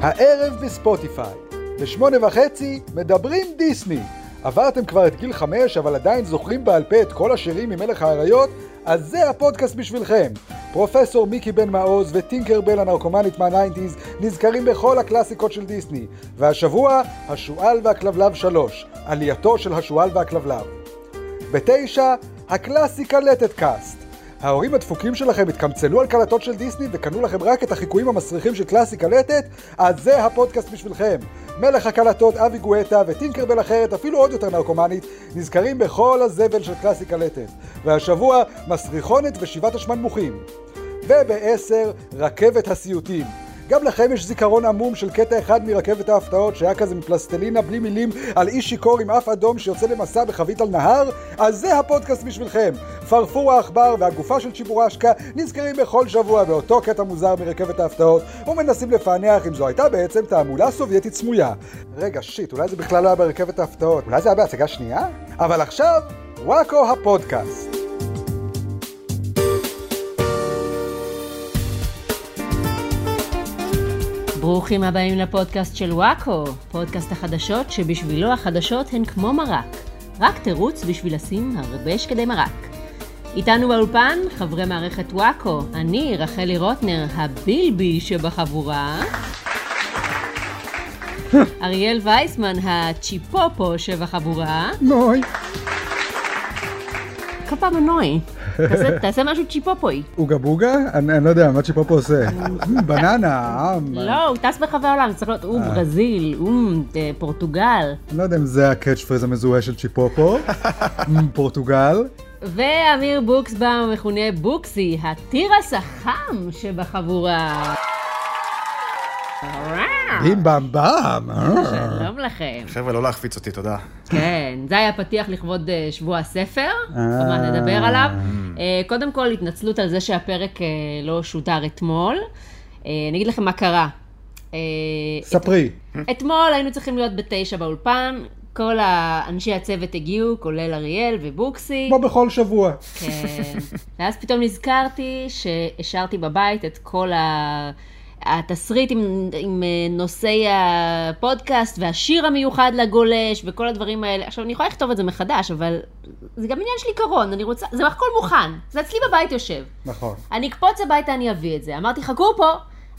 הערב בספוטיפיי. בשמונה וחצי מדברים דיסני. עברתם כבר את גיל חמש, אבל עדיין זוכרים בעל פה את כל השירים ממלך האריות? אז זה הפודקאסט בשבילכם. פרופסור מיקי בן מעוז וטינקר בל הנרקומנית מהניינטיז נזכרים בכל הקלאסיקות של דיסני. והשבוע, השועל והכלבלב 3, עלייתו של השועל והכלבלב. בתשע, הקלאסיקה לטת קאסט. ההורים הדפוקים שלכם התקמצנו על קלטות של דיסני וקנו לכם רק את החיקויים המסריחים של קלאסיקה לטת? אז זה הפודקאסט בשבילכם. מלך הקלטות אבי גואטה וטינקרבל אחרת, אפילו עוד יותר נרקומנית, נזכרים בכל הזבל של קלאסיקה לטת. והשבוע, מסריחונת ושבעת השמנמוכים. ובעשר, רכבת הסיוטים. גם לכם יש זיכרון עמום של קטע אחד מרכבת ההפתעות שהיה כזה מפלסטלינה בלי מילים על איש שיכור עם אף אדום שיוצא למסע בחבית על נהר? אז זה הפודקאסט בשבילכם. פרפור העכבר והגופה של צ'יבורשקה נזכרים בכל שבוע באותו קטע מוזר מרכבת ההפתעות ומנסים לפענח אם זו הייתה בעצם תעמולה סובייטית סמויה. רגע, שיט, אולי זה בכלל לא היה ברכבת ההפתעות, אולי זה היה בהצגה שנייה? אבל עכשיו, וואקו הפודקאסט. ברוכים הבאים לפודקאסט של וואקו, פודקאסט החדשות שבשבילו החדשות הן כמו מרק, רק תירוץ בשביל לשים הרבה שקדי מרק. איתנו באולפן חברי מערכת וואקו, אני רחלי רוטנר, הבילבי שבחבורה, אריאל וייסמן, הצ'יפופו שבחבורה, נוי. כל פעם הנוי, תעשה- תעשה משהו צ'יפופוי. אוגה בוגה? אני, אני לא יודע, מה צ'יפופו עושה? אמ, בננה, אמ, עם. לא, הוא טס ברחבי העולם, צריך להיות הוא ברזיל, הוא אה, פורטוגל. אני לא יודע אם זה הקאץ' פריז המזוהה של צ'יפופו, מ, פורטוגל. ואמיר בוקסבאום, המכונה בוקסי, התירס החם שבחבורה. בים אה. במ במ. שלום לכם. חבר'ה, לא להחפיץ אותי, תודה. כן, זה היה פתיח לכבוד אה, שבוע הספר, עוד מעט נדבר עליו. אה, קודם כל, התנצלות על זה שהפרק אה, לא שודר אתמול. אה, אני אגיד לכם מה קרה. אה, ספרי. אתמול היינו צריכים להיות בתשע באולפן, כל האנשי הצוות הגיעו, כולל אריאל ובוקסי. כמו בכל שבוע. כן. ואז פתאום נזכרתי שהשארתי בבית את כל ה... התסריט עם, עם אה, נושאי הפודקאסט והשיר המיוחד לגולש וכל הדברים האלה. עכשיו, אני יכולה לכתוב את זה מחדש, אבל זה גם עניין של עיקרון, אני רוצה... זה הכל מוכן, זה אצלי בבית יושב. נכון. אני אקפוץ הביתה, אני אביא את זה. אמרתי, חכו פה.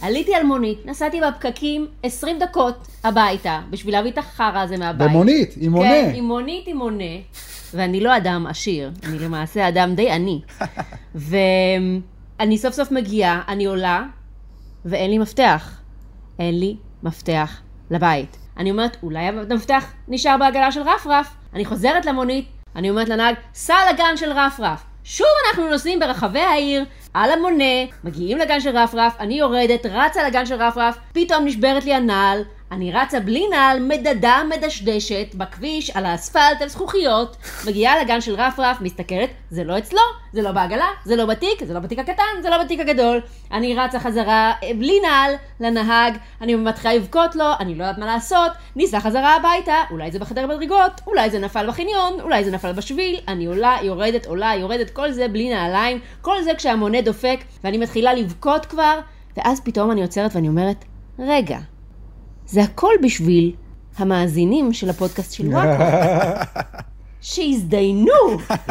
עליתי על מונית, נסעתי בפקקים 20 דקות הביתה, בשביל להביא את החרא הזה מהבית. במונית, עם כן, מונה. עם מונית עם מונה, ואני לא אדם עשיר, אני למעשה אדם די עני. ואני סוף סוף מגיעה, אני עולה, ואין לי מפתח. אין לי מפתח לבית. אני אומרת, אולי המפתח נשאר בעגלה של רפרף. אני חוזרת למונית, אני אומרת לנהג, סע לגן של רפרף. שוב אנחנו נוסעים ברחבי העיר, על המונה, מגיעים לגן של רפרף, אני יורדת, רצה לגן של רפרף, פתאום נשברת לי הנעל, אני רצה בלי נעל, מדדה, מדשדשת, בכביש, על האספלט, על זכוכיות, מגיעה לגן של רפרף, מסתכלת, זה לא אצלו, זה לא בעגלה, זה לא בתיק, זה לא בתיק הקטן, זה לא בתיק הגדול. אני רצה חזרה אה, בלי נעל לנהג, אני מתחילה לבכות לו, אני לא יודעת מה לעשות, ניסע חזרה הביתה, אולי זה בחדר מדרגות, אולי זה נפל בחניון, אולי זה נפל בשביל, אני עולה, יורדת, עולה, יורדת, כל זה בלי נעליים, כל זה כשהמונה דופק, ואני מתחילה לבכות כבר, ואז פתאום אני עוצרת ואני אומרת, רגע, זה הכל בשביל המאזינים של הפודקאסט של וואקו, שהזדיינו!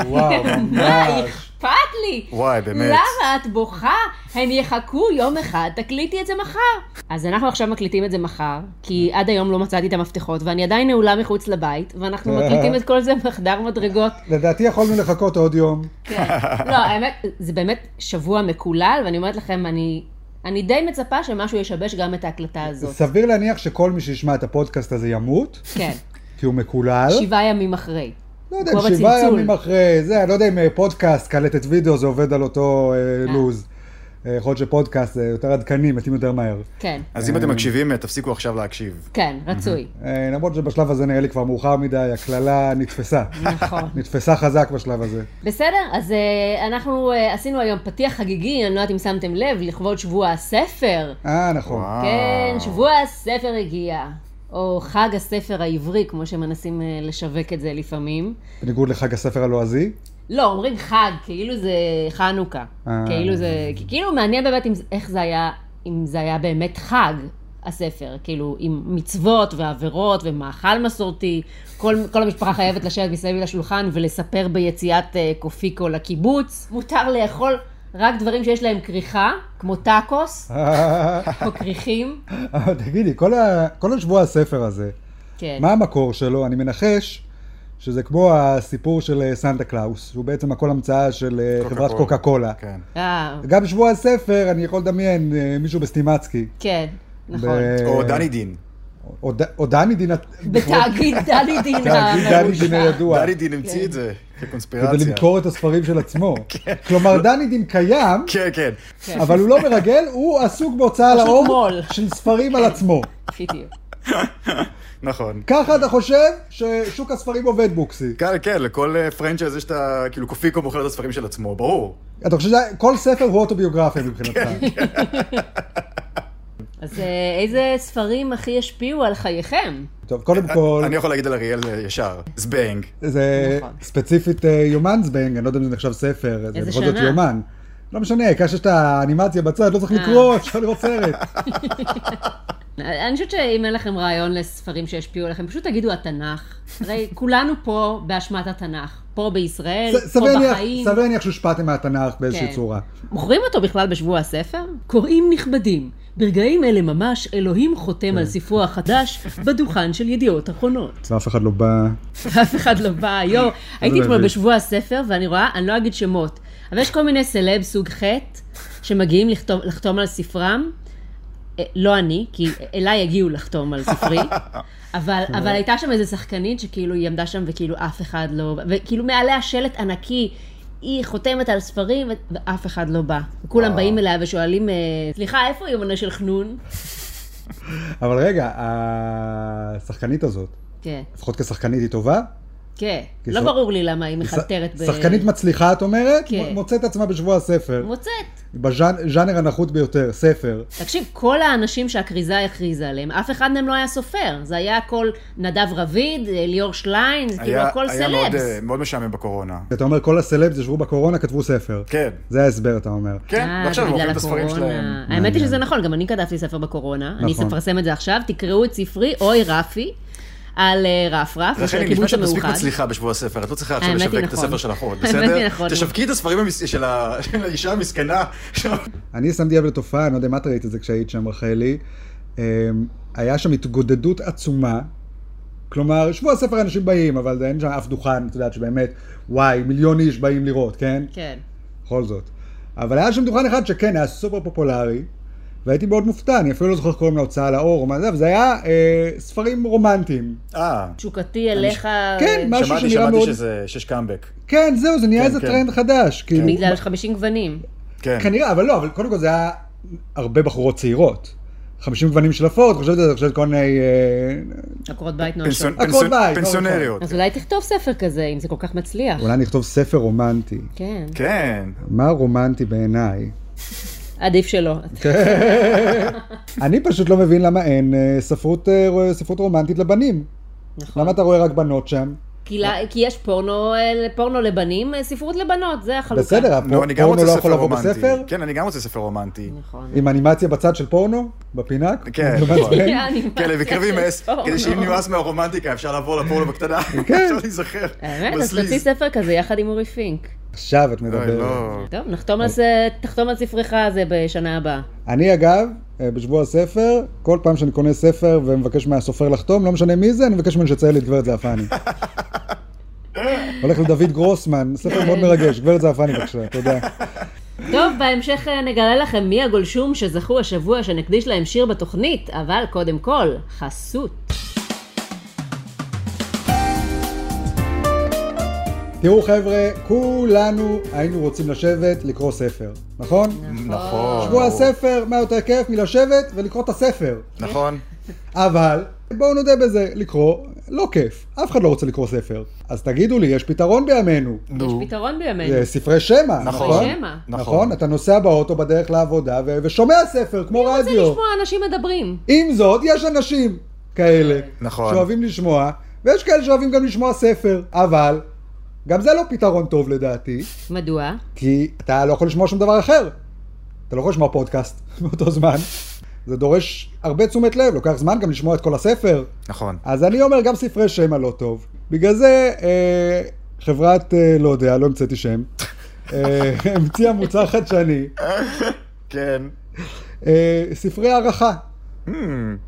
וואו, מה ממש. אכפת לי? וואי, באמת. למה את בוכה? הם יחכו יום אחד, תקליטי את זה מחר. אז אנחנו עכשיו מקליטים את זה מחר, כי עד היום לא מצאתי את המפתחות, ואני עדיין נעולה מחוץ לבית, ואנחנו מקליטים את כל זה בחדר מדרגות. לדעתי יכולנו לחכות עוד יום. כן. לא, האמת, זה באמת שבוע מקולל, ואני אומרת לכם, אני... אני די מצפה שמשהו ישבש גם את ההקלטה הזאת. סביר להניח שכל מי שישמע את הפודקאסט הזה ימות, כן, כי הוא מקולל. שבעה ימים אחרי. לא יודע, כמו אם שבעה בצלצול. ימים אחרי זה, אני לא יודע אם אה, פודקאסט, קלטת וידאו, זה עובד על אותו אה, אה. לוז. אה, יכול להיות שפודקאסט זה יותר עדכני, מתאים יותר מהר. כן, אז אם אתם מקשיבים, תפסיקו עכשיו להקשיב. כן, רצוי. אה, למרות שבשלב הזה נראה לי כבר מאוחר מדי, הקללה נתפסה. נכון. נתפסה חזק בשלב הזה. בסדר, אז uh, אנחנו uh, עשינו היום פתיח חגיגי, אני לא יודעת אם שמתם לב, לכבוד שבוע הספר. אה, נכון. וואו. כן, שבוע הספר הגיע. או חג הספר העברי, כמו שמנסים אה, לשווק את זה לפעמים. בניגוד לחג הספר הלועזי. לא, אומרים חג, כאילו זה חנוכה. אה. כאילו זה... כי- כאילו מעניין באמת אם, זה- איך זה היה, אם זה היה באמת חג. הספר, כאילו עם מצוות ועבירות ומאכל מסורתי, כל, כל המשפחה חייבת לשבת מסביב לשולחן ולספר ביציאת אה, קופיקו לקיבוץ, מותר לאכול רק דברים שיש להם כריכה, כמו טאקוס או כריכים, אבל תגידי, כל ה- כל השבוע הספר הזה, כן. מה המקור שלו? אני מנחש שזה כמו הסיפור של אה, סנטה קלאוס, שהוא בעצם הכל המצאה של אה, חברת קוקה קוקה קולה. כן. אה, גם שבוע הספר, אני יכול לדמיין אה, מישהו בסטימצקי. כן, נכון. ב- או דני דין. או ד- או דני דין... בתאגיד דני דין תאגיד דני דין המרושע. הידוע. דני דין כן. המציא את זה כקונספירציה. כדי למכור את הספרים של עצמו. כלומר, דני דין קיים, כן, כן. כן. אבל הוא לא מרגל, הוא עסוק בהוצאה פשוט לאור מו"ל. של ספרים על עצמו. בדיוק. נכון. ככה אתה חושב ששוק הספרים עובד בוקסי. כן, כן, לכל אה, פרנצ'ייז יש את ה... כאילו קופיקו מוכר את הספרים של עצמו, ברור. אתה חושב שכל ספר הוא אוטוביוגרפיה מבחינתך. כן. אז אה, איזה ספרים הכי ישפיעו על חייכם? טוב, קודם כל, אני יכול להגיד על אריאל אה, ישר, זבנג. זה נכון. ספציפית אה, יומן זבנג, אני לא יודע אם זה נחשב ספר, זה איזה בכל זאת שנה? יומן. לא משנה, העיקר שיש את האנימציה בצד, לא צריך אה. לקרוא, אפשר לראות סרט. אני חושבת שאם אין לכם רעיון לספרים שישפיעו עליכם, פשוט תגידו התנ"ך. הרי כולנו פה באשמת התנ"ך. פה בישראל, ס- פה סביר להניח- כן, בחיים. סביר להניח שהושפעתם מהתנ"ך באיזושהי כן. צורה. מוכרים אותו בכלל בשבוע הספר? קוראים נכבדים, ברגעים אלה ממש אלוהים חותם כן. על ספרו החדש בדוכן של ידיעות אחרונות. ואף אחד לא בא. ואף אחד לא בא היום. הייתי אתמול מבין. בשבוע הספר, ואני רואה, אני לא אגיד שמות, אבל יש כל מיני סלב סוג ח' שמגיעים לכתוב- לחתום על ספרם. אה, לא אני, כי אליי הגיעו לחתום על ספרי, אבל, אבל הייתה שם איזו שחקנית שכאילו היא עמדה שם וכאילו אף אחד לא, וכאילו מעליה שלט ענקי, היא חותמת על ספרים ו- ואף אחד לא בא. וכולם באים אליה ושואלים, אה, סליחה, איפה יומנה של חנון? אבל רגע, השחקנית הזאת, כן, לפחות כשחקנית היא טובה. כן. כי לא ש- ברור לי למה היא ש- מחלטרת ב... שחקנית מצליחה, את אומרת, כן. מוצאת עצמה בשבוע הספר. מוצאת. בז'אנר הנחות ביותר, ספר. תקשיב, כל האנשים שהכריזה הכריזה עליהם, אף אחד מהם לא היה סופר. זה היה הכל נדב רביד, אה, ליאור שליין, זה כאילו היה הכל היה מאוד, סלבס. אה, מאוד משעמם בקורונה. אתה אומר, כל הסלבס ישבו בקורונה, כתבו ספר. כן, זה ההסבר, אתה אומר. כן, אה, ועכשיו הם בגלל מוכרים את הספרים הקורונה. שלהם. האמת היא שזה נכון, גם אני כתבתי ספר בקורונה. אני נכון. אפרסם את זה עכשיו, תקראו את ספרי אוי רפי על אה, רפרף, של לכן היא נשמעת הקיבוץ שאת מספיק המאוחד. מצליחה בשבוע הספר, את לא צריכה עכשיו האמת היא לשווק את נכון. הספר שלך עוד, האמת היא בסדר? נכון. תשווקי את הספרים המס- של ה- של האישה המסכנה. אני שמתי לב לתופעה, אני לא יודע אם את ראית את זה כשהיית שם, רחלי. אמ, היה שם התגודדות עצומה. כלומר, שבוע הספר אנשים באים, אבל אין שם אף דוכן, את יודעת, שבאמת, וואי, מיליון איש באים לראות, כן? כן. בכל זאת. אבל היה שם דוכן אחד שכן, היה סופר פופולרי, והייתי מאוד מופתע, אני אפילו לא זוכר איך קוראים להוצאה לאור או מה זה, אבל זה היה אה, ספרים רומנטיים. אה, תשוקתי אליך... אה, כן, מה- משהו שמעתי, שנראה שמעתי מאוד- שזה, שיש קאמבק. כן, זהו, זה נהיה כן, איזה כן. טרנד חדש. כאילו, בגלל 50 גוונים. כן. כנראה, אבל לא, אבל קודם כל זה היה הרבה בחורות צעירות. 50 גוונים של אפות, חושבת על זה, חושבת כל מיני... אה, עקרות בית פנסיונ- נואשות. הכל פנסיונ- בית, נכון. פנסיונריות. אז אולי תכתוב ספר כזה, אם זה כל כך מצליח. אולי נכתוב ספר רומנטי. כן. כן. מה רומנטי בעיניי? עדיף שלא. אני פשוט לא מבין למה אין אה, ספרות, אה, ספרות רומנטית לבנים. נכון. למה אתה רואה רק בנות שם? כי, לה, כי יש פורנו, אה, פורנו לבנים, אה, ספרות לבנות, זה החלוקה. בסדר, נו, הפורנו אני גם רוצה לא יכול ספר לבוא רומנטי. בספר? כן, אני גם רוצה ספר רומנטי. נכון. עם אנימציה בצד של פורנו? בפינה? כן, זה נכון. מעצבן. האנימציה כן, לבקרבי של מאס, פורנו. כדי שאם נמאס מהרומנטיקה אפשר לעבור לפורנו בקטנה. כן. אפשר להיזכר. האמת, אז בסליז. תוציא ספר כזה יחד עם אורי פינק. עכשיו את אוי, מדברת. לא. טוב, נחתום על זה, תחתום על ספרך הזה בשנה הבאה. אני אגב, אה, בשבוע הספר, כל פעם שאני קונה ספר ומבקש מהסופר לחתום, לא משנה מי זה, אני מבקש ממנו שיצייר לי את גברת זעפני. הולך לדוד גרוסמן, ספר מאוד מרגש, גברת זעפני בבקשה, תודה. טוב, בהמשך אה, נגלה לכם מי הגולשום שזכו השבוע שנקדיש להם שיר בתוכנית, אבל קודם כל, חסות. תראו חבר'ה, כולנו היינו רוצים לשבת לקרוא ספר, נכון? נכון. שבוע הספר, מה יותר כיף מלשבת ולקרוא את הספר. נכון. אבל בואו נודה בזה, לקרוא לא כיף, אף אחד לא רוצה לקרוא ספר. אז תגידו לי, יש פתרון בימינו. יש נו. פתרון בימינו. זה ספרי שמע, נכון. נכון? ספרי שמע. נכון, אתה נוסע באוטו בדרך לעבודה ו- ושומע ספר כמו אני רוצה רדיו. לשמוע אנשים מדברים. עם זאת, יש אנשים כאלה נכון. שאוהבים לשמוע, ויש כאלה שאוהבים גם לשמוע ספר, אבל גם זה לא פתרון טוב לדעתי, מדוע? כי אתה לא יכול לשמוע שום דבר אחר. אתה לא יכול לשמוע פודקאסט באותו זמן. זה דורש הרבה תשומת לב, לוקח זמן גם לשמוע את כל הספר. נכון. אז אני אומר, גם ספרי שמע לא טוב. בגלל זה אה, חברת, אה, לא יודע, לא המצאתי שם, אה, המציאה מוצר חדשני, כן. אה, ספרי הערכה. Hmm,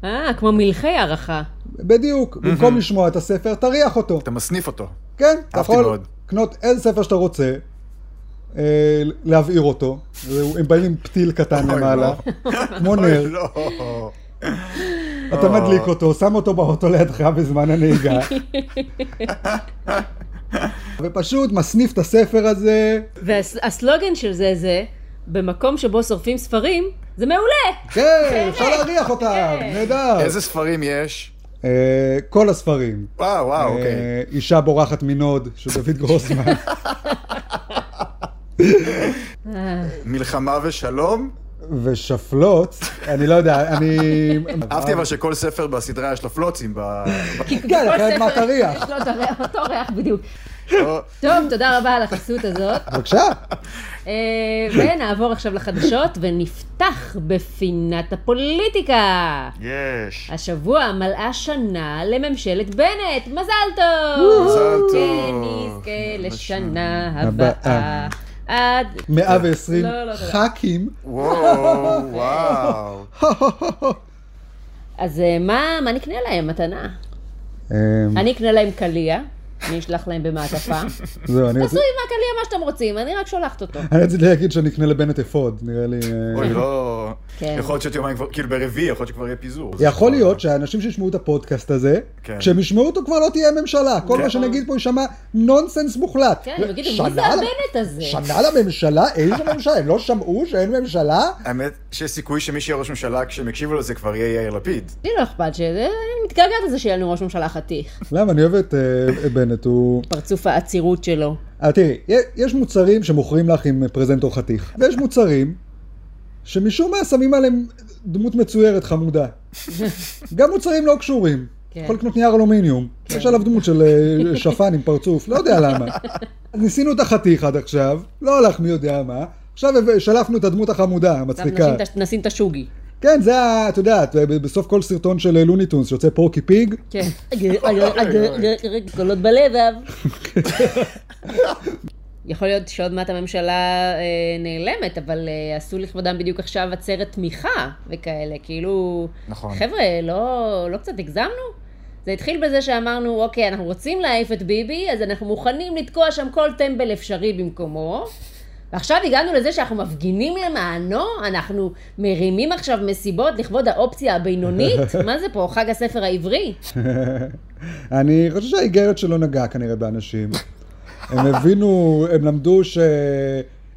אה, כמו מלחי הערכה. בדיוק, במקום לשמוע את הספר, תריח אותו. אתה מסניף אותו. כן, אתה אהבתי יכול מאוד. לקנות איזה ספר שאתה רוצה, אה, להבעיר אותו, והוא- הם באים עם פתיל קטן אוי, למעלה, כמו נר, אוי, לא. אתה מדליק אותו, שם אותו באוטו לידך בזמן הנהיגה. ופשוט מסניף את הספר הזה, והסלוגן של זה זה, במקום שבו שורפים ספרים, זה מעולה! כן, אפשר להריח אותם, כן. נהדר. לא. איזה ספרים יש? אה, כל הספרים. וואו, וואו, אוקיי. אה, אישה בורחת מנוד, של דוד גרוסמן. כן, אה, מלחמה ושלום? ושפלות, אני לא יודע, אני... אהבתי אבל שכל ספר בסדרה יש לו פלוצים. ב- ב- כן, כל אחרת ספר מה תריח? יש לו את הריח- אותו ריח בדיוק. כן. לא? טוב, תודה רבה על החסות הזאת. בבקשה. לא, אה, ונעבור עכשיו לחדשות, ונפתח בפינת הפוליטיקה. יש. השבוע מלאה שנה לממשלת בנט, מזל טוב! מזל טוב. שנזכה לשנה הבאה. הבאה. עד... 120 לא, לא, תודה. ח"כים. וואו, וואו. אז אה, מה מה נקנה להם מתנה? אמ, אני אקנה להם קליע, אני אשלח להם במעטפה. זהו, אני תעשו רציתי- עם הקליע מה שאתם רוצים, אני רק שולחת אותו. אני רציתי להגיד שאני אקנה לבנט אפוד, נראה לי... אה, אוי, לא. כן. יכול להיות שעוד יומיים כבר, כאילו ברביעי, יכול להיות שכבר יהיה פיזור. יכול להיות שהאנשים שישמעו את הפודקאסט הזה, כן. כשהם ישמעו אותו כבר לא תהיה ממשלה. כל מה שנגיד פה יישמע נונסנס מוחלט. כן, הם יגידו, שנה מי זה ל- הבנט הזה? שנה לממשלה? איזה ממשלה? הם לא שמעו שאין ממשלה? האמת שיש סיכוי שמי שיהיה ראש ממשלה כשהם יקשיבו לזה כבר יהיה יאיר לפיד. לי לא אכפת שזה, אני מתגעגעת לזה שיהיה לנו ראש ממשלה חתיך. למה? אני אוהב את אה, בנט, הוא... פרצוף העצירות שלו. אה, תראי, יש מוצרים שמוכרים לך עם פרזנטור חתיך, ויש מוצרים שמשום מה שמים עליהם דמות מצוירת חמודה. גם מוצרים לא קשורים. כן. כן. יכול לקנות נייר אלומיניום, יש עליו דמות של אה, שפן עם פרצוף, לא יודע למה. אז ניסינו את החתיך עד עכשיו, לא הלך מי יודע מה, עכשיו הב- שלפנו את הדמות החמודה, גם המצחיקה. נשים את הש- נשים את השוגי. כן, זה, ה- את יודעת, ב- בסוף כל סרטון של אה, לוניטונס שיוצא פורקי פיג, כן. קולות בלבב. יכול להיות שעוד מעט הממשלה אה, נעלמת, אבל אה, עשו לכבודם בדיוק עכשיו עצרת תמיכה וכאלה, כאילו... נכון. חבר'ה, לא, לא קצת הגזמנו? זה התחיל בזה שאמרנו, אוקיי, אנחנו רוצים להעיף את ביבי, אז אנחנו מוכנים לתקוע שם כל טמבל אפשרי במקומו. ועכשיו הגענו לזה שאנחנו מפגינים למענו, אנחנו מרימים עכשיו מסיבות לכבוד האופציה הבינונית? מה זה פה, חג הספר העברי? אני חושב שהאיגרת שלו נגעה כנראה באנשים. הם הבינו, הם למדו ש...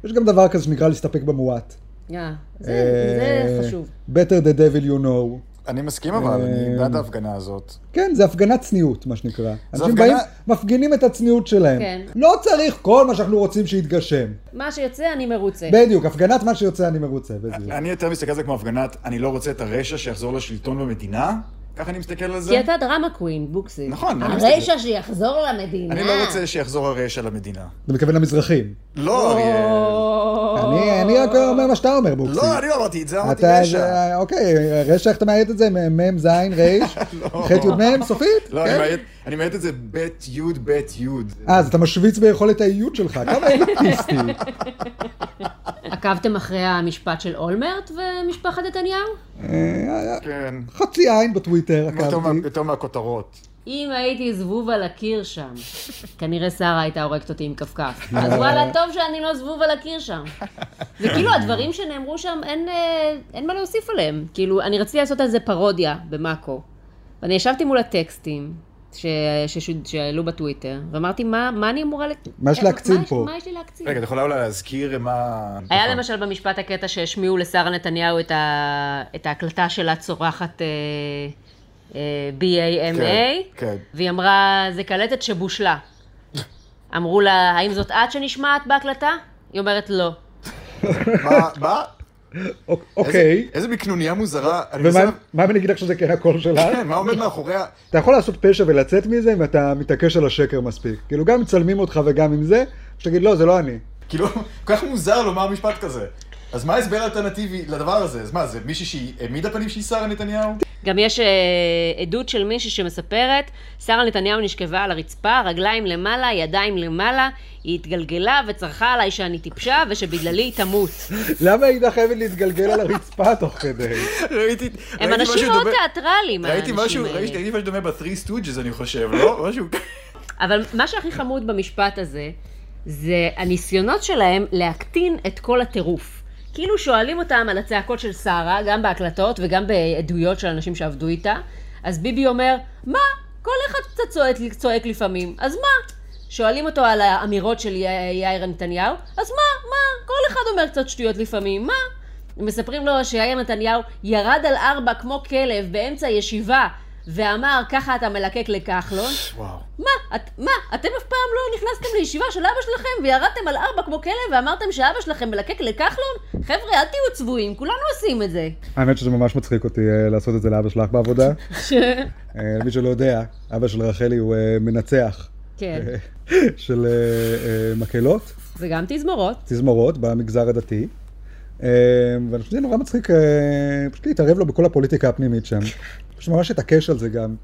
יש גם דבר כזה שנקרא להסתפק במועט. אה, זה, זה אה, חשוב. better the devil you know. אני מסכים אבל, אה, אני בעד ההפגנה הזאת. כן, זה הפגנת צניעות, מה שנקרא. אנשים הפגנה- באים, מפגינים את הצניעות שלהם. כן. לא צריך כל מה שאנחנו רוצים שיתגשם. מה שיוצא, אני מרוצה. בדיוק, הפגנת מה שיוצא אני מרוצה. בדיוק. אני יותר מסתכל על זה כמו הפגנת, אני לא רוצה את הרשע שיחזור לשלטון במדינה, ככה אני מסתכל על זה. כי אתה דרמה קווין, בוקסי. נכון, אני הרשע שיחזור למדינה. אני לא רוצה שיחזור הרשע למדינה. אתה מתכוון למזרחים. לא, אריאל. אני אני רק אומר מה שאתה אומר, בוקסי. לא, אני לא אמרתי את זה, אמרתי אתה, רשע. זה- אוקיי, רשע, איך אתה מאיית את זה? מ, מ, ז, ר, ח', י', מ', סופית? לא, כן. אני מאיית- אני מאיית את זה בית יוד בית יוד. אה, אז אתה משוויץ ביכולת האיות שלך, כמה אליטיסטי. עקבתם אחרי המשפט של אולמרט ומשפחת נתניהו? אה, כן. חצי עין בטוויטר יותר מה- עקבתי. יותר מהכותרות. אם הייתי זבוב על הקיר שם, כנראה שרה הייתה הורגת אותי עם קפקף. אז וואלה, טוב שאני לא זבוב על הקיר שם. וכאילו, הדברים שנאמרו שם, אין, אה, אין מה להוסיף עליהם. כאילו, אני רציתי לעשות על זה פרודיה במאקו. ואני ישבתי מול הטקסטים ש... ששוד- שהעלו בטוויטר, ואמרתי, מה, מה אני אמורה... לק- מה יש אה, להקצין מה יש- פה?" מה יש לי להקצין? רגע, אתה יכולה אולי להזכיר מה... היה נכון. למשל במשפט הקטע שהשמיעו לשרה נתניהו את, ה... את ההקלטה שלה צורחת אה, אה, BAMA, כן, כן. והיא אמרה, זה קלטת שבושלה. אמרו לה, האם זאת את שנשמעת בהקלטה? היא אומרת, לא. מה? מה? אוק- איזה- אוקיי, איזה מין קנוניה מוזרה. אני מנסה- ומה מה אם אני אגיד לך שזה כן הקול שלה? כן, מה עומד מאחוריה? אתה יכול לעשות פשע ולצאת מזה אם אתה מתעקש על השקר מספיק. כאילו, גם מצלמים אותך וגם עם זה, שתגיד, לא, זה לא אני. כאילו, כל כך מוזר לומר משפט כזה. אז מה ההסבר האלטרנטיבי לדבר הזה? אז מה, זה מישהי שהיא העמידה פנים שהיא שרה נתניהו? גם יש אה, עדות של מישהי שמספרת, שרה נתניהו נשכבה על הרצפה, רגליים למעלה, ידיים למעלה, היא התגלגלה וצרחה עליי שאני טיפשה ושבגללי היא תמות. למה הייתה חייבת להתגלגל על הרצפה תוך כדי? ראיתי, הם ראיתי אנשים משהו מאוד דומה- תיאטרליים, ראיתי משהו, האנשים ראיתי האלה. ראיתי משהו דומה ב-3 סטוג'ס אני חושב, לא? משהו... אבל מה שהכי חמוד במשפט הזה, זה הניסיונות שלהם להקטין את כל הטירוף. כאילו שואלים אותם על הצעקות של שרה, גם בהקלטות וגם בעדויות של אנשים שעבדו איתה, אז ביבי אומר, מה? כל אחד קצת צועק, צועק לפעמים, אז מה? שואלים אותו על האמירות של יא- יאיר נתניהו, אז מה? מה? כל אחד אומר קצת שטויות לפעמים, מה? מספרים לו שיאיר נתניהו ירד על ארבע כמו כלב באמצע ישיבה ואמר, ככה אתה מלקק לכחלון. וואו. מה, את, מה, אתם אף פעם לא נכנסתם לישיבה של אבא שלכם וירדתם על ארבע כמו כלב ואמרתם שאבא שלכם מלקק לכחלון? חבר'ה, אל תהיו צבועים, כולנו עושים את זה. האמת שזה ממש מצחיק אותי אה, לעשות את זה לאבא שלך בעבודה. אה, למי שלא יודע, אבא של רחלי הוא אה, מנצח כן, אה, של אה, אה, מקהלות, וגם תזמורות. תזמורות במגזר הדתי. אה, ואני חושב שזה נורא מצחיק אה, פשוט להתערב לו בכל הפוליטיקה הפנימית שם. פשוט ממש התעקש על זה גם.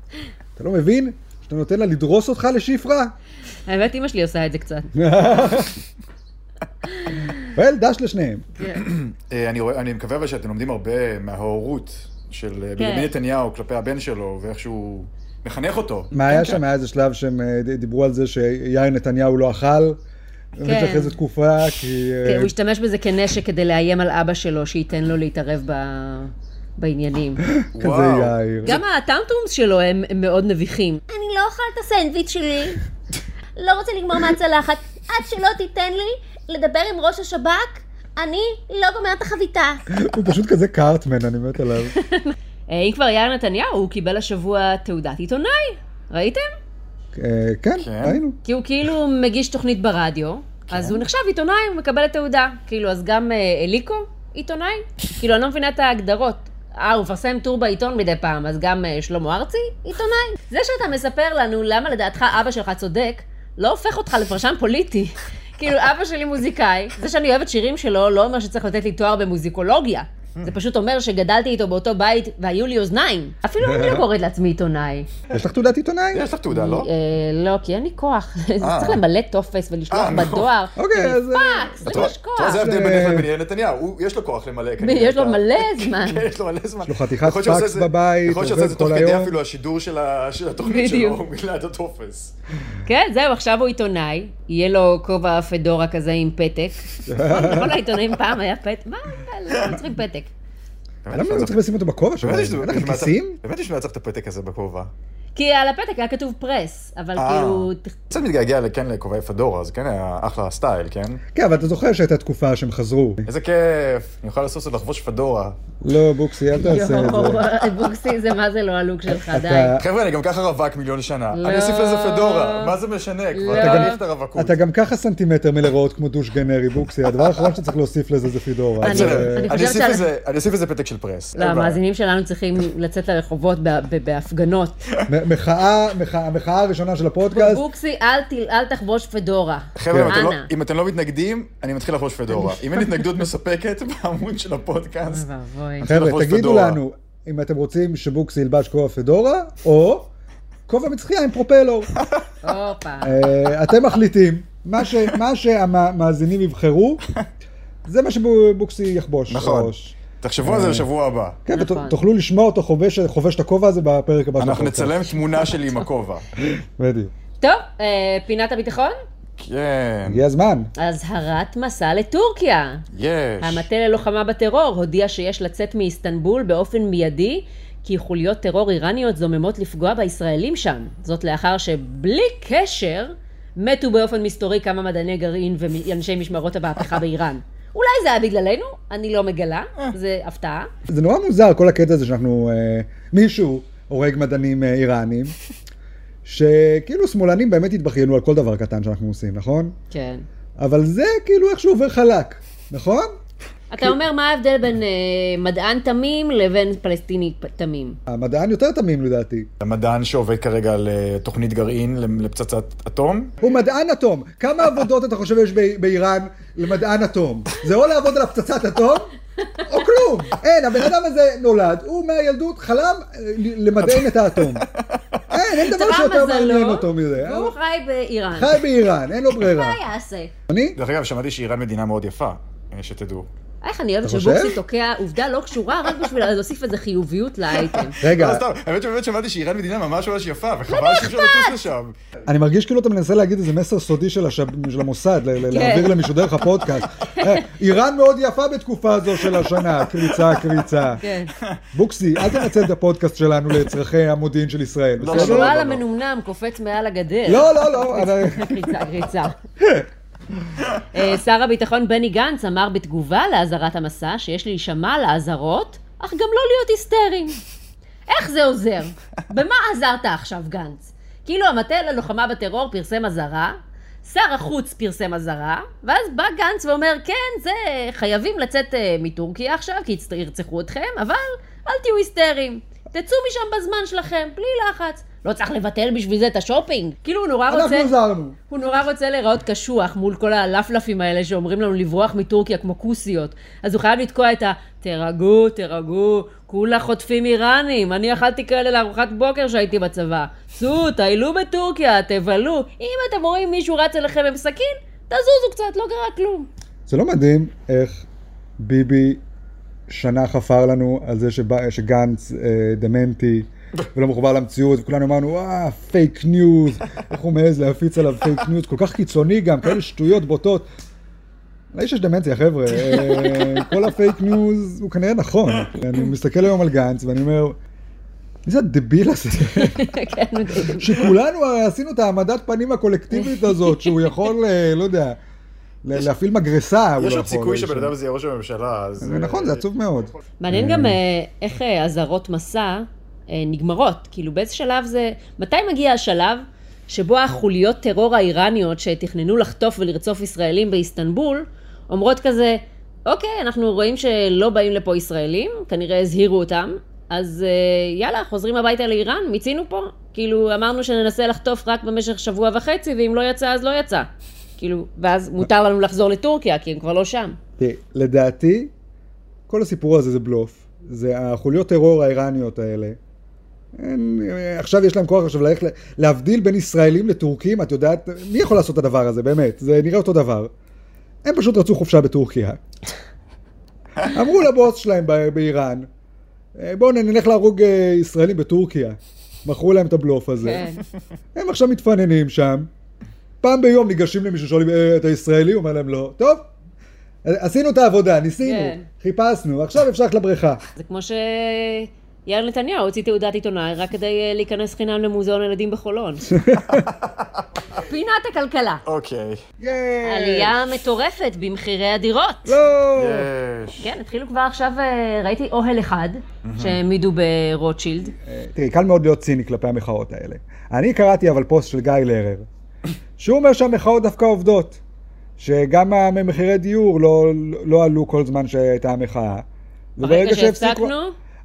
אתה לא מבין? שאתה נותן לה לדרוס אותך לשפרה. האמת, אימא שלי עושה את זה קצת. ואל דש לשניהם. אה, אני רואה- אני מקווה אבל שאתם לומדים הרבה מההורות של אה, כן. בנימין נתניהו כלפי הבן שלו, ואיך שהוא מחנך אותו. מה היה כן. שם? היה איזה שלב שהם אה, ד- דיברו על זה שיאיר נתניהו לא אכל. כן. אחרי איזו תקופה, כי... אה, כן, הוא השתמש בזה כנשק כדי לאיים על אבא שלו, שייתן לו להתערב ב... בעניינים. כזה וואו. יאיר. גם הטמטומס שלו הם, הם מאוד מביכים. אני לא אוכל את הסנדוויץ' שלי. לא רוצה לגמור מהצלחת. עד שלא תיתן לי לדבר עם ראש השב"כ, אני לא גומר את החביתה. הוא פשוט כזה קארטמן, אני מת עליו. אה, אם כבר יאיר נתניהו, הוא קיבל השבוע תעודת עיתונאי, ראיתם? אה, כן, כן. ראינו. כי הוא כאילו מגיש תוכנית ברדיו, אז הוא נחשב עיתונאי, הוא מקבל תעודה. כאילו, אז גם אה, אליקו עיתונאי? כאילו, אני לא מבינה את ההגדרות. אה, הוא מפרסם טור בעיתון מדי פעם, אז גם אה, שלמה ארצי עיתונאי? זה שאתה מספר לנו למה לדעתך אבא שלך צודק, לא הופך אותך לפרשן פוליטי. כאילו, אבא שלי מוזיקאי, זה שאני אוהבת שירים שלו לא אומר שצריך לתת לי תואר במוזיקולוגיה. זה פשוט אומר שגדלתי איתו באותו בית והיו לי אוזניים. אפילו אני לא קוראת לעצמי עיתונאי. יש לך תעודת עיתונאי? יש לך תעודה, לא? אה, לא, כי אין לי כוח. אה. צריך למלא טופס ולשלוח אה, נכון. בדואר. אוקיי, אז... אה, פאקס, את למי רואה- יש את רואה, כוח? זה ההבדל זה- בינך לבין בנימין נתניהו, הוא- יש לו כוח למלא כנראה. יש לו את ה- מלא זמן. כן, יש לו מלא זמן. לו חתיכת יכול להיות שהוא עושה פקס את זה- בבית, יכול להיות שעושה את זה עובד תוך כל כדי היום. אפילו השידור של ה- של התוכנית בדיוק. שלו, מליד הטופס. כן, זהו, עכשיו הוא עיתונאי. יהיה לו כובע פדורה כזה עם פתק. נכון, כל העיתונאים פעם היה פתק. מה, הם צריכים פתק. למה הוא לא צריך לשים אותו בכובע שלו? לא באמת יש- אין לכם באמת- כיסים? באמת יש מעצב את הפתק הזה בכובע. כי על הפתק היה כתוב פרס, אבל אה. כאילו... ת- קצת מתגעגע לכן לכובעי פדורה, זה כן היה אחלה סטייל, כן? כן, אבל אתה זוכר שהייתה תקופה שהם חזרו. איזה כיף, אני אוכל לסוף עוד לחבוש פדורה. לא, בוקסי, אל תעשה את זה. יואו, בוקסי זה מה זה לא הלוק שלך, די. אתה- חבר'ה, אני גם ככה רווק מיליון שנה. לא. אני אוסיף לזה פדורה, מה זה משנה? כבר לא. תהליך את הרווקות. אתה גם ככה סנטימטר מלהיראות כמו דוש גנרי, בוקסי. הדבר האחרון שצריך להוסיף לזה זה פידורה. אני- בסדר, אני אני חושבת אוסיף שה- לזה- אני אוסיף לזה פתק של פרס. לא, אין בעיה. המאזינים שלנו צריכים לצאת לרחובות ב- ב- בהפגנות. אה, מ- מחאה, מחאה- המחאה הראשונה של הפודקאסט, בוקסי, אל ת- אל תחבוש פדורה. חבר'ה, אם אתם לא- אנא. אם אתם לא מתנגדים, אני מתחיל לחבוש פדורה. אם אין התנגדות מספקת בעמוד של הפודקאסט, אוי ואבוי. חבר'ה, לחבוש תגידו פדורה. לנו אם אתם רוצים שבוקסי ילבש כובע פדורה, או כובע מצחייה עם פרופלור. הופה. אה, אתם מחליטים, מה ש- מה שהמאזינים יבחרו, זה מה שבוקסי יחבוש. נכון. בראש. תחשבו על זה לשבוע הבא. כן, נכון. ותוכלו לשמוע אותו חובש חובש את הכובע הזה בפרק הבא של אנחנו הפודקאסט. נצלם תמונה שלי עם הכובע. בדיוק. טוב, אה, פינת הביטחון? כן, הגיע הזמן. אזהרת מסע לטורקיה. יש. המטה ללוחמה בטרור הודיע שיש לצאת מאיסטנבול באופן מיידי, כי חוליות טרור איראניות זוממות לפגוע בישראלים שם. זאת לאחר שבלי קשר, מתו באופן מסתורי כמה מדעני גרעין ואנשי משמרות המהפכה באיראן. אולי זה היה בגללנו, אני לא מגלה, זה הפתעה. זה נורא מוזר, כל הקטע הזה שאנחנו... אה, מישהו הורג מדענים אה, איראנים, שכאילו שמאלנים באמת התבכיינו על כל דבר קטן שאנחנו עושים, נכון? כן. אבל זה כאילו איכשהו עובר חלק, נכון? אתה אומר, מה ההבדל בין אה, מדען תמים לבין פלסטיני פ- תמים? המדען יותר תמים לדעתי. המדען שעובד כרגע על אה, תוכנית גרעין לפצצת אטום, הוא מדען אטום. כמה עבודות אתה חושב יש ב- באיראן למדען אטום? זה או לעבוד על הפצצת אטום, או כלום. אין, הבן אדם הזה נולד, הוא מהילדות חלם אה, ל- למדען את האטום. אין, אין דבר שיותר מעניין אותו מזה. והוא חי באיראן. חי באיראן, אין לו ברירה. מה יעשה? אני? דרך אגב, שמעתי שאיראן מדינה מאוד יפה, אה, שתדעו. איך אני אוהבת אתה שבוקסי חושב? תוקע עובדה לא קשורה רק בשביל להוסיף איזה חיוביות לאייטם. רגע, לא, סתם, האמת שבאמת שמעתי שאיראן מדינה ממש ממש יפה, לא וחבל שאי אפשר לטוס לשם. אני מרגיש כאילו אתה מנסה להגיד איזה מסר סודי של הש- של המוסד, ל- ל- להעביר למישהו דרך הפודקאסט. אה, איראן מאוד יפה בתקופה הזו של השנה, קריצה, קריצה. כן. בוקסי, אל תנצל את הפודקאסט שלנו לצרכי המודיעין של ישראל. לא, בסדר? השועל המנומנם קופץ מעל הגדר. לא, לא, לא. אני- קריצה, קריצה. אה, שר הביטחון בני גנץ אמר בתגובה לאזהרת המסע שיש להישמע לאזהרות, אך גם לא להיות היסטריים. איך זה עוזר? במה עזרת עכשיו, גנץ? כאילו המטה ללוחמה בטרור פרסם אזהרה, שר החוץ פרסם אזהרה, ואז בא גנץ ואומר, כן, זה, חייבים לצאת אה, מטורקיה עכשיו, כי יצט- ירצחו אתכם, אבל אל תהיו היסטריים. תצאו משם בזמן שלכם, בלי לחץ. לא צריך לבטל בשביל זה את השופינג. כאילו הוא נורא רוצה... אנחנו עזרנו. הוא נורא רוצה להיראות קשוח מול כל הלפלפים האלה שאומרים לנו לברוח מטורקיה כמו כוסיות. אז הוא חייב לתקוע את ה... תירגעו, תירגעו, כולה חוטפים איראנים, אני אכלתי כאלה לארוחת בוקר שהייתי בצבא. צאו, טיילו בטורקיה, תבלו. אם אתם רואים מישהו רץ אליכם עם סכין, תזוזו קצת, לא קרה כלום. זה לא מדהים איך ביבי שנה חפר לנו על זה שבא- שגנץ אה, דמנטי ולא מחובר למציאות, וכולנו אמרנו, וואה, פייק ניוז, איך הוא מעז להפיץ עליו פייק ניוז, כל כך קיצוני גם, כאלה שטויות בוטות. לאיש יש דמנציה, חבר'ה. אה, כל הפייק ניוז הוא כנראה נכון. אני מסתכל היום על גנץ ואני אומר, מי זה הדביל הזה? כן, בדיוק. שכולנו הרי עשינו את העמדת פנים הקולקטיבית הזאת, שהוא יכול, אה, לא יודע, ל- להפעיל מגרסה, הוא לא יש יכול. עוד סיכוי אה, שהבן שם. אדם הזה יהיה ראש הממשלה, אז... אה, זה נכון, זה עצוב מאוד. מעניין גם אה, איך אה, אזהרות מסע אה, נגמרות, כאילו באיזה שלב זה, מתי מגיע השלב שבו החוליות טרור האיראניות שתכננו לחטוף ולרצוף ישראלים באיסטנבול, אומרות כזה, אוקיי, אנחנו רואים שלא באים לפה ישראלים, כנראה הזהירו אותם, אז אה, יאללה, חוזרים הביתה לאיראן, מיצינו פה. כאילו, אמרנו שננסה לחטוף רק במשך שבוע וחצי, ואם לא יצא, אז לא יצא. כאילו, ואז מותר לנו לחזור לטורקיה, כי הם כבר לא שם. תראי, לדעתי, כל הסיפור הזה זה בלוף. זה החוליות טרור האיראניות האלה. הן, אה, עכשיו יש להם כוח עכשיו ללכת ל- להבדיל בין ישראלים לטורקים, את יודעת, מי יכול לעשות את הדבר הזה, באמת? זה נראה אותו דבר. הם פשוט רצו חופשה בטורקיה. אמרו לבוס שלהם ב- באיראן, "אה, בואו נלך להרוג אה, ישראלים בטורקיה. מכרו להם את הבלוף הזה. כן. הם עכשיו מתפננים שם, פעם ביום ניגשים למישהו שואלים, "אה, אתה ישראלי? הוא אומר להם לא. טוב, עשינו את העבודה, ניסינו, כן. חיפשנו, עכשיו אפשר ללכת לבריכה. זה כמו שיאיר נתניהו הוציא תעודת עיתונאי רק כדי אה, להיכנס חינם למוזיאון הילדים בחולון. פינת הכלכלה. אוקיי. יאיי. עלייה מטורפת במחירי הדירות. לא! יש. כן, התחילו כבר עכשיו, אה, ראיתי אוהל אחד שהעמידו ברוטשילד. תראי, קל מאוד להיות ציני כלפי המחאות האלה. אני קראתי אבל פוסט של גיא לרר, שהוא אומר שהמחאות דווקא עובדות, שגם המחירי דיור לא, לא עלו כל זמן שהייתה המחאה. ברגע שהפסיקו- שהפסקנו,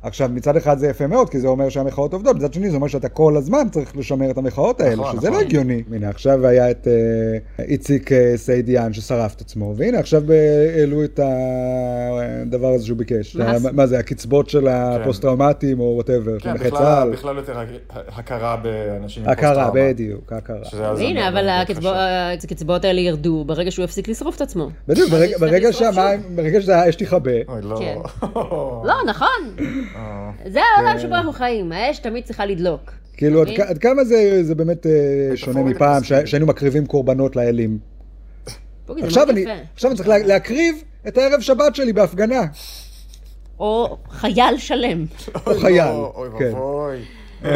עכשיו, מצד אחד זה יפה מאוד, כי זה אומר שהמחאות עובדות, מצד שני זה אומר שאתה כל הזמן צריך לשמר את המחאות האלה, נכון, שזה נכון. לא הגיוני. הנה, עכשיו היה את אה, איציק אה, סעידיאן ששרף את עצמו, והנה, עכשיו אה, העלו את הדבר הזה שהוא ביקש. מה? ה- מה זה, הקצבות של הפוסט-טראומטיים, או וואטאבר, של כן, נכי בכלל- צה"ל. בכלל יותר הכ- הכרה באנשים עם הכרה, פוסט-טראומה. בדיוק, הכרה. שזה אז הנה, מאוד אבל מאוד הקצבו- קשה. הקצבאות האלה ירדו ברגע שהוא יפסיק לשרוף את עצמו. בדיוק, ברגע- אז ברגע נשרוף שהמים, ברגע שהאש תכבה, אוי, לא. כן. לא, נכון. זה העולם שבו אנחנו חיים, האש תמיד צריכה לדלוק. כאילו, עד מבין? כ- עד כמה זה זה באמת אה, שונה מפעם, הקוסמים. שה- שהיינו מקריבים קורבנות לאלים. בוגי, זה עכשיו מאוד אני, אה, לא יפה. עכשיו אני צריך לה- להקריב את הערב שבת שלי בהפגנה. או חייל שלם. או חייל. אוי כן. ואבוי. אמ,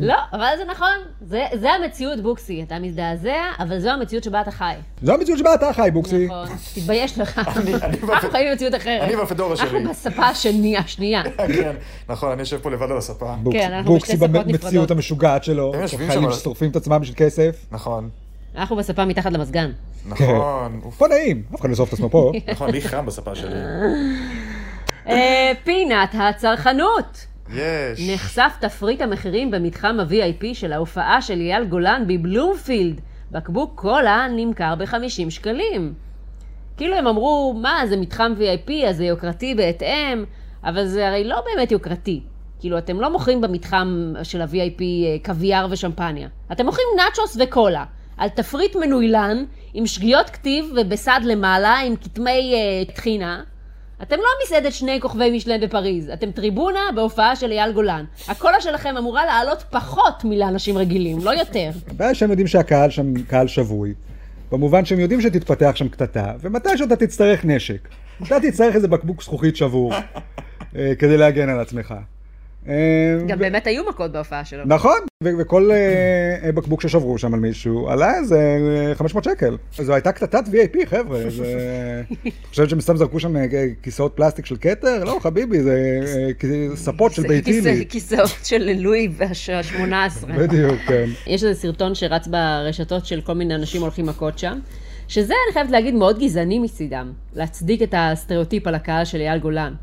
לא, אבל זה נכון, זה, זה המציאות, בוקסי. אתה מזדעזע, אבל זו המציאות שבה אתה חי. זו המציאות שבה אתה חי, בוקסי. נכון. תתבייש לך. אני אנחנו בפ- חיים במציאות אחרת. אני בפדורה שלי. אנחנו בספה השנייה, השנייה. כן, נכון, אני יושב פה לבד על הספה. בוקסי- כן, אנחנו בוקסי בשתי שפות נפרדות. במציאות המשוגעת שלו, הם יושבים שם חיילים על- ששורפים את עצמם בשביל כסף. נכון. אנחנו בספה מתחת למזגן. נכון, אוף, פה נעים, אף אחד לא שורף את עצמו פה. נכון, לי חם בספה שלי. אה, פינת הצרכנות. יש. נחשף תפריט המחירים במתחם ה-VIP של ההופעה של אייל גולן בבלומפילד. בקבוק קולה נמכר ב-50 שקלים. כאילו הם אמרו, מה, זה מתחם VIP, אז זה יוקרתי בהתאם, אבל זה הרי לא באמת יוקרתי. כאילו, אתם לא מוכרים במתחם של ה-VIP אה, קוויאר ושמפניה. אתם מוכרים נאצ'וס וקולה. על תפריט מנוילן, עם שגיאות כתיב ובסד למעלה, עם כתמי אה, טחינה. אתם לא מסעדת שני כוכבי משלן בפריז, אתם טריבונה בהופעה של אייל גולן. הקולה שלכם אמורה לעלות פחות מלאנשים רגילים, לא יותר. הבעיה שהם יודעים שהקהל שם קהל שבוי, במובן שהם יודעים שתתפתח שם קטטה, ומתישהו אתה תצטרך נשק. אתה תצטרך איזה בקבוק זכוכית שבור אה, כדי להגן על עצמך. אה, גם ו- באמת היו מכות בהופעה שלו. נכון, ו- וכל אה, בקבוק ששברו שם על מישהו עלה איזה אה, 500 שקל. זו הייתה קטטת VIP, חבר'ה. זה- את חושבת שהם סתם זרקו שם אה, כיסאות פלסטיק של כתר? לא, חביבי, זה אה, כ- ספות של ביתילי. כיסאות של לואי השמונה עשרה. בדיוק, כן. יש איזה סרטון שרץ ברשתות של כל מיני אנשים הולכים מכות שם, שזה, אני חייבת להגיד, מאוד גזעני מצידם, להצדיק את הסטריאוטיפ על הקהל של אייל גולן.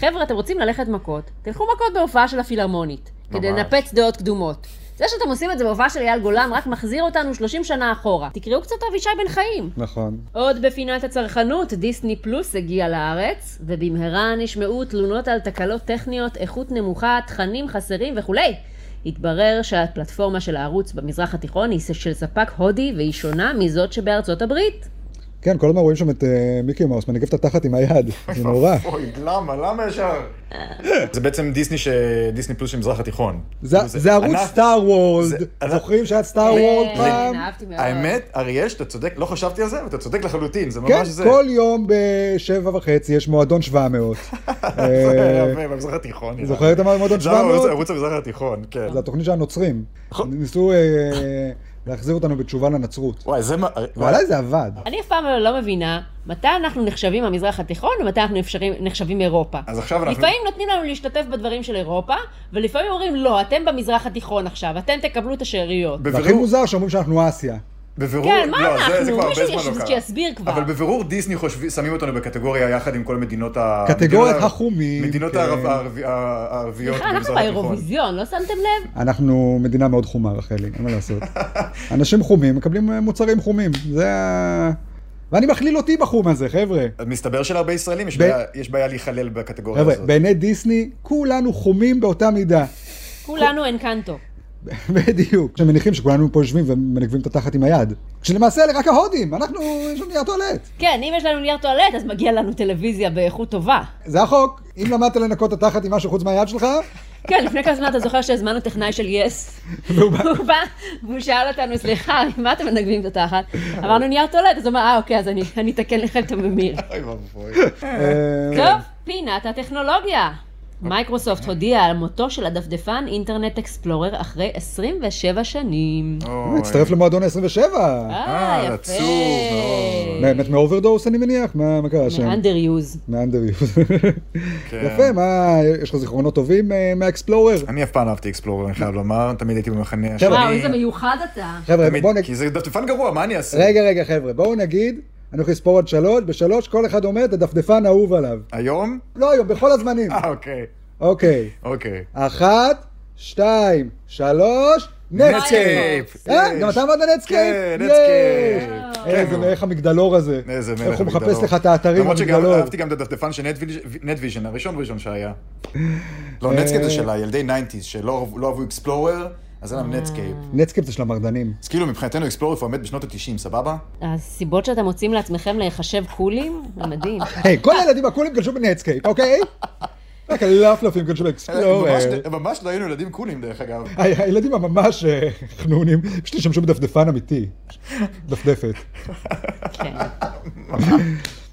חבר'ה, אתם רוצים ללכת מכות, תלכו מכות בהופעה של הפילהרמונית, כדי ממש. לנפץ דעות קדומות. זה שאתם עושים את זה בהופעה של אייל גולן רק מחזיר אותנו 30 שנה אחורה. תקראו קצת אבישי בן חיים. נכון. עוד בפינת הצרכנות, דיסני פלוס הגיע לארץ, ובמהרה נשמעו תלונות על תקלות טכניות, איכות נמוכה, תכנים חסרים וכולי. התברר שהפלטפורמה של הערוץ במזרח התיכון היא של ספק הודי, והיא שונה מזאת שבארצות הברית. כן, כל הזמן רואים שם את אה, מיקי מאוס מנגב את התחת עם היד, זה נורא. אוי, למה? למה ישר? זה בעצם דיסני ש... דיסני פלוס של מזרח התיכון. זה- זה ערוץ אנחנו- סטאר וורלד, זה- אנחנו- זוכרים שהיה סטאר אה, וורלד פעם? אהבתי מאוד. האמת, אריאש, אתה צודק, לא חשבתי על זה, ואתה צודק לחלוטין, זה כן, ממש זה. כל יום בשבע וחצי יש מועדון 700. זה אה, היה יפה, במזרח התיכון. נראה לי. זוכר את המועדון זה הערוץ- 700? ערוץ המזרח התיכון, כן. זה התוכנית של הנוצרים. נכון. ניסו אה, להחזיר אותנו בתשובה לנצרות. וואי, זה מה... ועליי זה עבד. אני אף פעם לא מבינה מתי אנחנו נחשבים המזרח התיכון ומתי אנחנו אפשרים, נחשבים אירופה. אז עכשיו אנחנו... לפעמים נותנים לנו להשתתף בדברים של אירופה, ולפעמים אומרים, לא, אתם במזרח התיכון עכשיו, אתם תקבלו את השאריות. והכי בבירור, מוזר שאומרים שאנחנו אה, אסיה. בבירור, כן, מה לא, זה- זה אנחנו? כבר הרבה מישהו זמן לא יש- קרה. שיסביר כבר. אבל בבירור דיסני חושבים, שמים אותנו בקטגוריה יחד עם כל מדינות ה... קטגוריית מדינות ה- החומים, מדינות כן. הערב- הערב- הערביות סליחה, אנחנו באירוויזיון, לא שמתם לב? אנחנו מדינה מאוד חומה, רחלי, אין מה לעשות. אנשים חומים מקבלים אה, מוצרים חומים. זה ה... ואני מכליל אותי בחום הזה, חבר'ה. אז מסתבר שלהרבה ישראלים יש ב- בעיה- יש בעיה להיכלל בקטגוריה חבר'ה, הזאת. בעיני דיסני, כולנו חומים באותה מידה. כולנו אנקנטו. בדיוק. שמניחים שכולנו פה יושבים ומנגבים את התחת עם היד. כשלמעשה אלה רק ההודים, אנחנו, יש לנו נייר טואלט. כן, אם יש לנו נייר טואלט, אז מגיע לנו טלוויזיה באיכות טובה. זה החוק. אם למדת לנקות את התחת עם משהו חוץ מהיד שלך, כן, לפני כמה זמן אתה זוכר שהזמנו טכנאי של יס. והוא בא- הוא בא, והוא שאל אותנו, סליחה, ממה אתם מנגבים את התחת? אמרנו נייר טואלט, אז הוא אמר, אה, אוקיי, אז אני- אני אתקן לכם את הממיר. אוי ואבוי. אה, טוב, פינת הטכנולוגיה. מייקרוסופט הודיעה על מותו של הדפדפן אינטרנט אקספלורר אחרי 27 שנים. אוי. הצטרף למועדון ה-27. אה, אה, יפה. עצוב מאוד. באמת מאוברדוס אני מניח? מה מה קרה שם? מאנדר יוז. מאנדריוס. כן. יפה, מה, יש לך זיכרונות טובים אה, מהאקספלורר? אני אף פעם לא אהבתי אקספלורר, אני חייב לומר, תמיד הייתי במחנה השני. וואו, איזה מיוחד אתה. חבר'ה, תמיד, בואו נגיד... כי זה דפדפן גרוע, מה אני אעשה? רגע, רגע, חבר'ה, בואו נגיד, אני הולך לספור עד שלוש, בשלוש כל אחד אומר את הדפדפן האהוב עליו. היום? לא היום, בכל הזמנים. אה, אוקיי, אוקיי. אוקיי. אחת, שתיים, שלוש, נטסקייפ. נטסקייפ. אה, גם אתה אמרת נטסקייפ? כן, יש. נטסקייפ. אה, כן. זה מאיך המגדלור הזה. איזה מלך איך הוא המגדלור. מחפש לך את האתרים, למרות שגם המגדלור. אהבתי גם את הדפדפן של נטוויז- נטוויז'ן, הראשון ראשון שהיה. לא, נטסקייפ אה. זה של הילדי 90's, שלא לא אהבו אקספלורר, אז היה להם נטסקייפ. נטסקייפ זה של המרדנים. אז כאילו מבחינתנו אקספלורר כבר מת בשנות ה-90, סבבה? הסיבות שאתם מוצאים לעצמכם להיחשב קולים, זה מדהים. היי, כל הילדים הכולים גלשו בנטסקייפ, אוקיי? רק הלפלפים גלשו ממש- באקספלורר. ממש לא היינו ילדים קולים דרך אגב. ה- הילדים הממש אה, חנונים, פשוט השתמשו בדפדפן אמיתי. דפדפת. כן.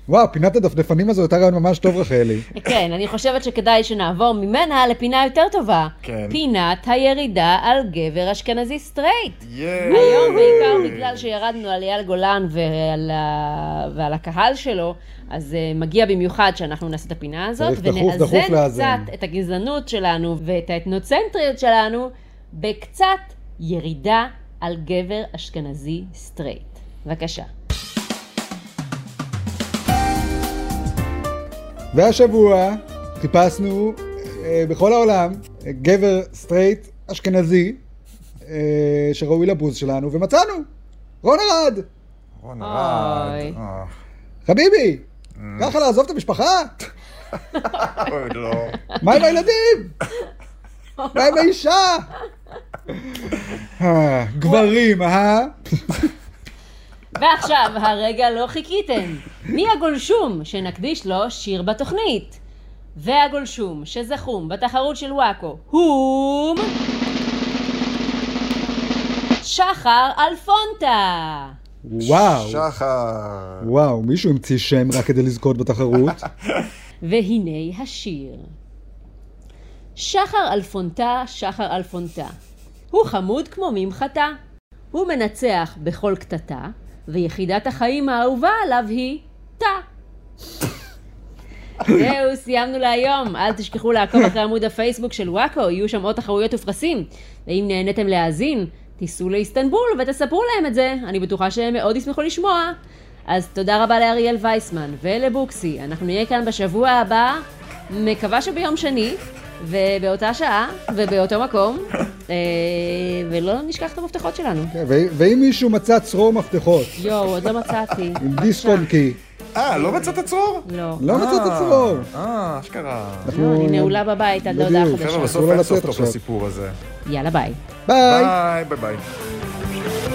וואו, פינת הדפדפנים הזו הייתה רעיון ממש טוב, רחלי. כן, אני חושבת שכדאי שנעבור ממנה לפינה יותר טובה. כן. פינת הירידה על גבר אשכנזי סטרייט. ייי. היום, בעיקר בגלל שירדנו על אייל גולן ועל, ה... ועל הקהל שלו, אז אה, מגיע במיוחד שאנחנו נעשה את הפינה הזאת, צריך דחוף, דחוף ונאזן לאזן. קצת את הגזענות שלנו ואת האתנוצנטריות שלנו בקצת ירידה על גבר אשכנזי סטרייט. בבקשה. והשבוע חיפשנו אה, בכל העולם אה, גבר סטרייט אשכנזי אה, שראוי לבוז שלנו, ומצאנו! רון ארד! רון ארד. אוי. אה, חביבי! ככה לעזוב את המשפחה? אוי, לא. מה עם הילדים? מה עם האישה? אה, גברים, אה? ועכשיו, הרגע לא חיכיתם. מי הגולשום שנקדיש לו שיר בתוכנית? והגולשום שזכום בתחרות של וואקו הוא... שחר אלפונטה! וואו, שחר. וואו, מישהו המציא שם רק כדי לזכות בתחרות. והנה השיר. שחר אלפונטה, שחר אלפונטה. הוא חמוד כמו ממחטה. הוא מנצח בכל קטטה, ויחידת החיים האהובה עליו היא תא. זהו, סיימנו להיום. אל תשכחו לעקוב אחרי עמוד הפייסבוק של וואקו, יהיו שם עוד תחרויות ופרסים. ואם נהניתם להאזין, תיסעו לאיסטנבול ותספרו להם את זה. אני בטוחה שהם מאוד ישמחו לשמוע. אז תודה רבה לאריאל וייסמן ולבוקסי. אנחנו נהיה כאן בשבוע הבא, מקווה שביום שני, ובאותה שעה, ובאותו מקום, אה, ולא נשכח את המפתחות שלנו. כן, ו- ואם מישהו מצא צרור מפתחות יואו, עוד לא מצאתי. עם דיסקון קי, אה, לא מצאת צרור? לא. לא מצא את הצרור. אה, אשכרה. לא, אני לא נעולה בבית עד להודעה בדיוק. חדשה. חבר'ה, בסוף אסור לו אין לצאת סוף טוב עכשיו. לסיפור הזה. יאללה, ביי. ביי. ביי, ביי ביי.